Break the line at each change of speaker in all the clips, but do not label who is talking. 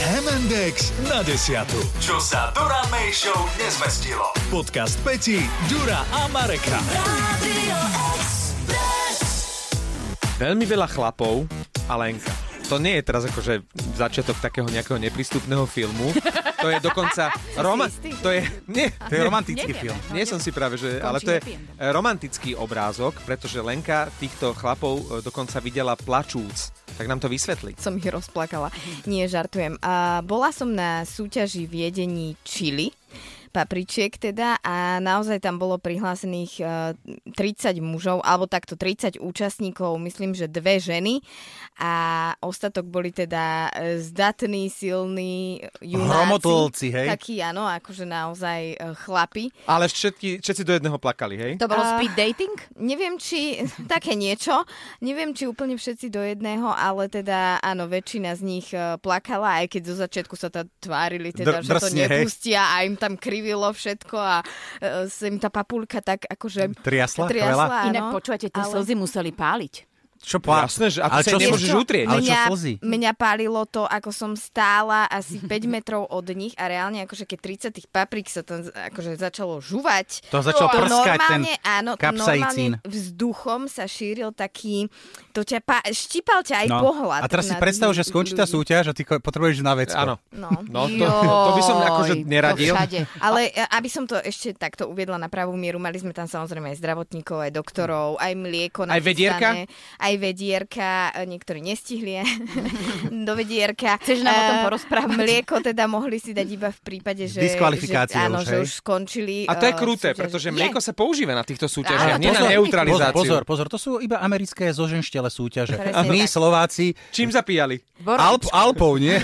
Index na desiatu. Čo sa Dura May Show nezmestilo. Podcast Peti, Dura a Mareka.
Veľmi veľa chlapov a Lenka. To nie je teraz akože začiatok takého nejakého neprístupného filmu. To je dokonca... Roma- to je... Nie,
To je romantický film.
nie som si práve, že... Ale to je e, romantický obrázok, pretože Lenka týchto chlapov e, dokonca videla plačúc. Tak nám to vysvetli.
som ich rozplakala.
Mhm.
Nie, žartujem. A bola som na súťaži v jedení Chili, papričiek teda a naozaj tam bolo prihlásených e, 30 mužov, alebo takto 30 účastníkov, myslím, že dve ženy a ostatok boli teda e, zdatní, silní junáci.
Hromotlci, hej?
Takí, áno, akože naozaj e, chlapi.
Ale všetky, všetci do jedného plakali, hej?
To bolo
A-
speed dating?
Neviem, či také niečo, neviem, či úplne všetci do jedného, ale teda áno, väčšina z nich e, plakala, aj keď zo začiatku sa tá tvárili, teda,
Dr-
že to
drsne, hej.
nepustia a im tam krivilo všetko a e, sa im tá papulka tak akože
Triasla?
triasla
Veľa?
áno.
Inak počujete,
ale-
tie slzy museli páliť.
Čo plá...
Jasné, že ako
Ale
sa
čo
jej
sú-
nemôžeš
Vieš čo,
utrieť.
Ale čo
mňa,
slzy?
mňa pálilo to, ako som stála asi 5 metrov od nich a reálne akože keď 30 tých paprík sa tam z- akože začalo žuvať.
To začalo
to
prskať ten
normálne, áno, to
kapsaicín.
normálne vzduchom sa šíril taký, to ťa pá, štípal ťa aj pohľad.
No. A teraz si
na
predstav, že
ľudí-
skončí tá
ľudí.
súťaž a ty ko- potrebuješ na vecko.
Áno.
No.
No, to, to by som akože
Joj, to
neradil.
všade.
Ale e, aby som to ešte takto uviedla na pravú mieru, mali sme tam samozrejme aj zdravotníkov, aj doktorov, aj mlieko.
Aj vedierka?
nachystané, Aj vedierka, e, niektorí nestihli do vedierka.
Chceš nám o tom
E,
porozprávať?
Mlieko teda mohli si dať iba v prípade, že...
Diskvalifikáciou
že, áno,
už,
že
hej?
už skončili.
A to je
e,
kruté,
súťaž.
pretože
Je.
mlieko sa používa na týchto súťažiach,
Áno,
nie na
pozor,
neutralizáciu.
Pozor, pozor, pozor, to sú iba americké zoženštele súťaže.
Presne
My
tak.
Slováci,
Čím zapíjali?
Alp, Alpou, nie?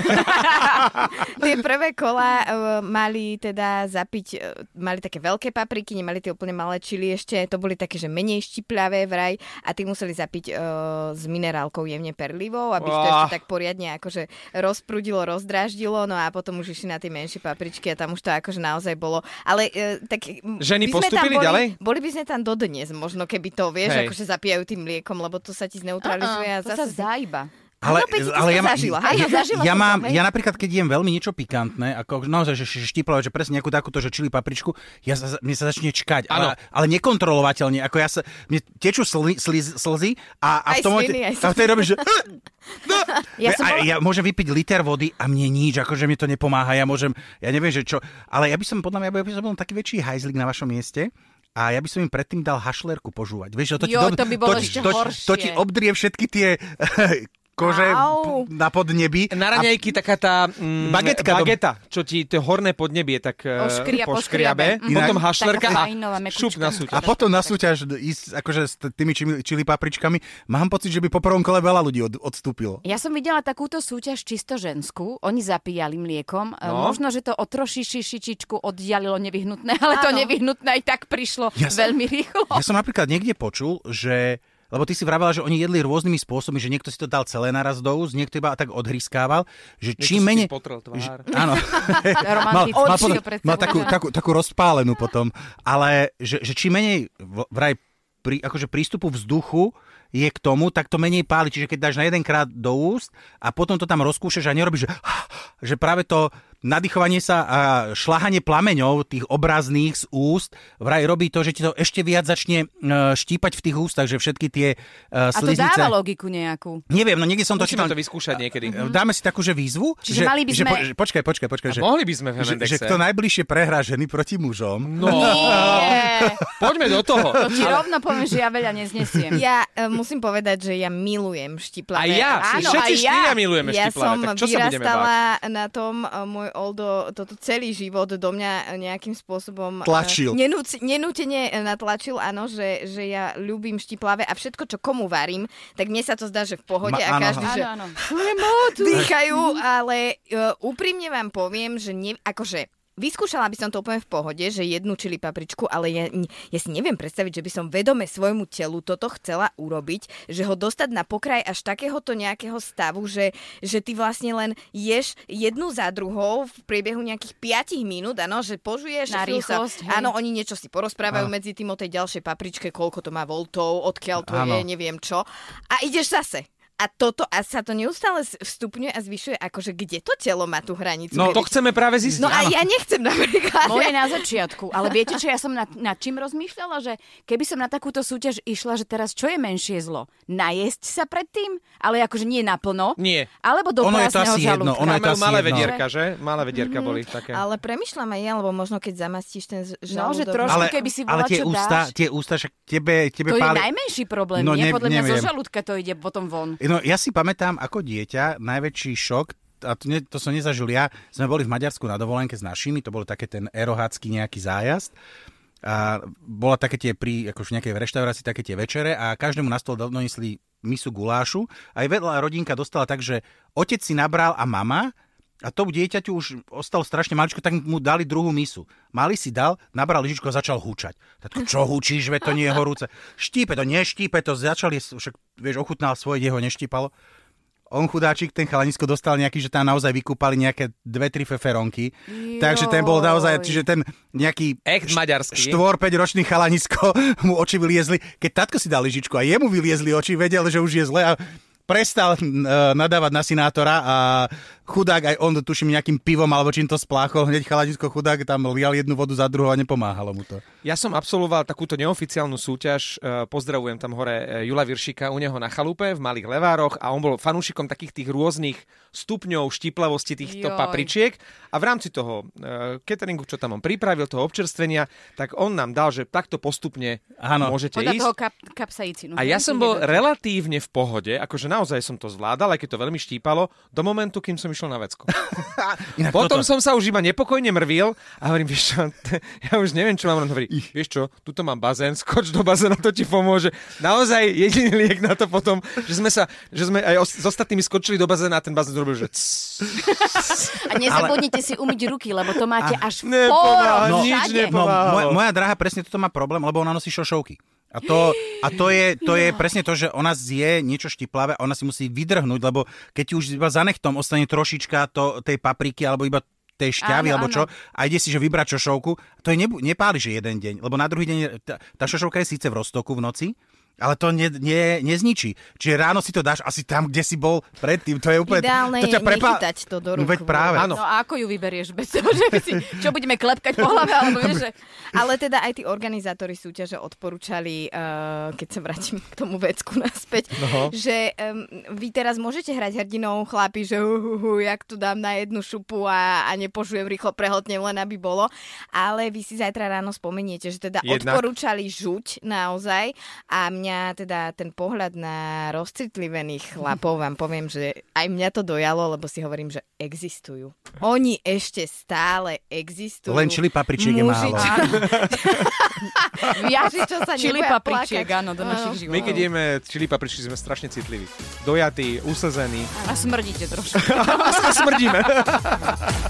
Tie prvé kola uh, mali teda zapiť, uh, mali také veľké papriky, nemali tie úplne malé čili ešte, to boli také, že menej štiplavé vraj a tí museli zapiť uh, s minerálkou jemne perlivou, aby ich to
Ah.
ešte tak poriadne akože rozprudilo, rozdráždilo, no a potom už išli na tie menšie papričky a tam už to akože naozaj bolo. Ale uh, tak... m,
Ženy
by sme tam
postúpili
boli,
ďalej?
Boli by sme tam dodnes, možno keby to, vieš,
Hej.
akože zapíjajú tým mliekom, lebo to sa ti zneutralizuje a
To sa
zase...
zdá iba.
Ale,
No, Peti, ty
ale ja,
si to
ma-
zažila.
ja,
Áno, zažila
ja,
som to,
mám,
hej.
ja napríklad, keď jem veľmi niečo pikantné, ako naozaj, že š- štiplavé, že presne nejakú takúto, že čili papričku, ja sa, mne sa začne čkať, ale, ale nekontrolovateľne, ako ja sa, mne tečú slzy, slzy, slzy a, a v
Aj
tom momente-
sliny, aj
a v tej dobe, že
Ja som
a,
bola...
ja môžem vypiť liter vody a mne nič, akože mi to nepomáha, ja môžem, ja neviem, že čo, ale ja by som, podľa mňa, ja by som bol taký väčší hajzlik na vašom mieste, a ja by som im predtým dal hašlerku požúvať. Vieš, že to, ti
Jo,
dob-
to by bolo
to, ti-
ešte
to, ti- to
horšie.
ti obdrie všetky tie kože
Au.
p- na podnebi.
Na
a
raňajky taká tá mm,
Bagetka do-
bageta, čo ti to horné podnebie tak e,
Oškria,
poškriabe,
poškriabe.
potom
Inak-
hašlerka
Taká
a
fajnová mekučka.
šup na
A
súťaž.
potom na súťaž ísť akože s t- tými čili, čili papričkami. Mám pocit, že by po prvom kole veľa ľudí od, odstúpilo.
Ja som videla takúto súťaž čisto ženskú. Oni zapíjali
No.
mliekom. No. Možno, že to o trošiši šičičku oddialilo nevyhnutné, ale to
Áno.
nevyhnutné aj tak prišlo
Ja som-
veľmi rýchlo.
Ja som napríklad niekde počul, že lebo ty si vravela, že oni jedli rôznymi spôsobmi, že niekto si to dal celé naraz do úst, niekto iba tak odhryskával, že
Niekto
čím
si
menej...
tým potrel tvár.
Že, áno. mal,
Romantické
mal,
oči
potom,
pred
mal
sebou.
takú, takú, takú rozpálenú potom. Ale že, že čím menej v- vraj pri, akože prístupu vzduchu je k tomu, tak to menej páli. Čiže keď dáš na jedenkrát do úst a potom to tam rozkúšaš a nerobíš, že, že práve to nadýchovanie sa a šláhanie plameňov tých obrazných z úst vraj robí to, že ti to ešte viac začne e, štípať v tých ústach, že všetky tie e,
A to
sliznice...
dáva logiku nejakú.
Neviem, no niekde som to
Musíme
čítal.
to vyskúšať niekedy.
E, Dáme si takú, že výzvu. že,
Čiže mali by
že,
sme-
po- že, počkaj, počkaj, počkaj. že,
Mohli by sme v
že,
Hemendexe.
že kto najbližšie prehrá ženy proti mužom.
No,
Nie.
poďme do toho.
To ti rovno poviem, že ja veľa neznesiem.
Ja e, musím povedať, že ja milujem
A
štiplavé.
ja,
Áno,
všetci
aj ja.
štyria milujeme
ja
štiplavé,
som
tak čo sa budeme báť?
vyrastala na tom, e, môj Oldo toto celý život do mňa e, nejakým spôsobom... e,
Tlačil.
Nenúc, nenútene e, natlačil, áno, že, že ja ľúbim štiplavé a všetko, čo komu varím, tak mne sa to zdá, že v pohode
Ma-
a
áno,
každý,
Áno,
že
áno.
dýchajú, ale e, úprimne vám poviem, že ne, akože Vyskúšala by som to úplne v pohode, že jednu čili papričku, ale ja, ja si neviem predstaviť, že by som vedome svojmu telu toto chcela urobiť, že ho dostať na pokraj až takéhoto nejakého stavu, že, že ty vlastne len ješ jednu za druhou v priebehu nejakých 5 minút, áno, že požuješ
Na
chvíľu sa-
rýchlosť, hej.
Áno, oni niečo si porozprávajú medzi tým o tej ďalšej papričke, koľko to má voltov, odkiaľ to
Áno.
je, neviem čo. A ideš zase. a toto, a sa to neustále s- vstupňuje a zvyšuje, akože kde to telo má tú hranicu?
No
Kedy-
to chceme práve zistiť.
no a ja nechcem napríklad.
Moje na začiatku. Ale viete, čo ja som nad, nad čím rozmýšľala? Že keby som na takúto súťaž išla, že teraz čo je menšie zlo? Najesť sa predtým? Ale akože nie naplno.
Nie.
Alebo do
Ono je to
prázdneho
asi jedno,
žalúdka.
ono je
Majú
to asi
malé
jedno.
vedierka, že? Malé vedierka boli také.
Ale premyšľam aj ja, lebo možno keď zamastíš ten ž-
No, že
žalúdok.
trošku
Ale...
ale,
keby si
ale
bola,
tie
čo
ústa,
dáš.
tie ústa, však tebe, tebe
To je
páli...
najmenší problém.
No,
No, nie,
ne-
podľa mňa zo
neviem.
žalúdka to ide potom von.
No, ja si pamätám ako dieťa najväčší šok, a to, ne, to som nezažil ja, sme boli v Maďarsku na dovolenke s našimi, to bol také ten erohácky nejaký zájazd. A bola také tie pri, akož v nejakej reštaurácii, také tie večere a každému na stôl donesli misu gulášu. Aj vedľa rodinka dostala tak, že otec si nabral a mama a tomu dieťaťu už ostalo strašne maličko, tak mu dali druhú misu. Mali si dal, nabral lyžičku a začal húčať. Tatko, čo húčíš, veď to nie je horúce. Štípe to, neštípe to, začali, však vieš, ochutnal svoje, kde ho neštípalo. On chudáčik, ten chalanisko dostal nejaký, že tam naozaj vykúpali nejaké dve, tri feferonky. Joj. Takže ten bol naozaj, čiže ten nejaký
Echt maďarský.
štvor, 5 ročný chalanisko mu oči vyliezli. Keď tatko si dal lyžičku a jemu vyliezli oči, vedel, že už je zle a prestal e, nadávať na sinátora a chudák aj on, tuším, nejakým pivom alebo čím to spláchol, hneď chalanisko chudák tam lial jednu vodu za druhou a nepomáhalo mu to.
Ja som absolvoval takúto neoficiálnu súťaž, e, pozdravujem tam hore e, Jula Viršika u neho na chalupe v Malých Levároch a on bol fanúšikom takých tých rôznych stupňov štiplavosti týchto
Joj.
papričiek a v rámci toho e, cateringu, čo tam on pripravil, toho občerstvenia, tak on nám dal, že takto postupne
Áno.
môžete
Podľa
ísť.
toho kap, kapsaicinu.
Mhm,
A ja
Hej,
som
ide
bol
do-
relatívne v pohode, akože naozaj som to zvládal, aj keď to veľmi štípalo, do momentu, kým som išiel na vecko.
Inak toto.
Potom som sa už iba nepokojne mrvil a hovorím, vieš čo, t- ja už neviem, čo mám robiť. Hovorí, vieš čo, tuto mám bazén, skoč do bazéna, to ti pomôže. Naozaj jediný liek na to potom, že sme sa, že sme aj os- s ostatnými skočili do bazéna a ten bazén zrobil, že cs,
A nezabudnite si umyť ruky, lebo to máte až v
nepomáha,
poro.
nič
všade.
nepomáha.
No,
Pomáhalo.
moja, moja drahá presne toto má problém, lebo ona nosí šošovky. A to, a to, je, to je presne to, že ona zje niečo štiplavé a ona si musí vydrhnúť, lebo keď ti už iba za nechtom ostane trošička to, tej papriky alebo iba tej šťavy
Áno,
alebo
áno.
čo a ide si, že vybrať šošovku, to je nebu- nepáliš jeden deň, lebo na druhý deň je- tá, tá šošovka je síce v roztoku v noci, ale to ne, ne, nezničí. Čiže ráno si to dáš asi tam, kde si bol predtým. To je úplne...
Ideálne
to ťa
je nechytať to do
No
rúk
Veď
vôbec.
práve.
Áno.
No a ako ju vyberieš bez toho, že by si, čo budeme klepkať po hlave, alebo vieš, že...
ale teda aj tí organizátori súťaže odporúčali, eh, keď sa vrátim k tomu vecku naspäť,
No.
že em, vy teraz môžete hrať hrdinou chlapi, že hu, hu, hu, jak tu dám na jednu šupu a, a nepožujem rýchlo, prehltnem len, aby bolo. Ale vy si zajtra ráno spomeniete, že teda
Jednak.
odporúčali žuť naozaj a mňa teda ten pohľad na rozcitlivených chlapov vám poviem, že aj mňa to dojalo, lebo si hovorím, že existujú. Oni ešte stále existujú.
Len čili papričiek je
Muži,
málo.
čo-
Viac
Že čo sa
čili
neboja
papričiek,
plakať.
áno, do
Áno.
našich životov.
My keď jeme čili papričky, sme strašne citliví. Dojatí, usezení
A smrdíte trošku.
a smrdíme.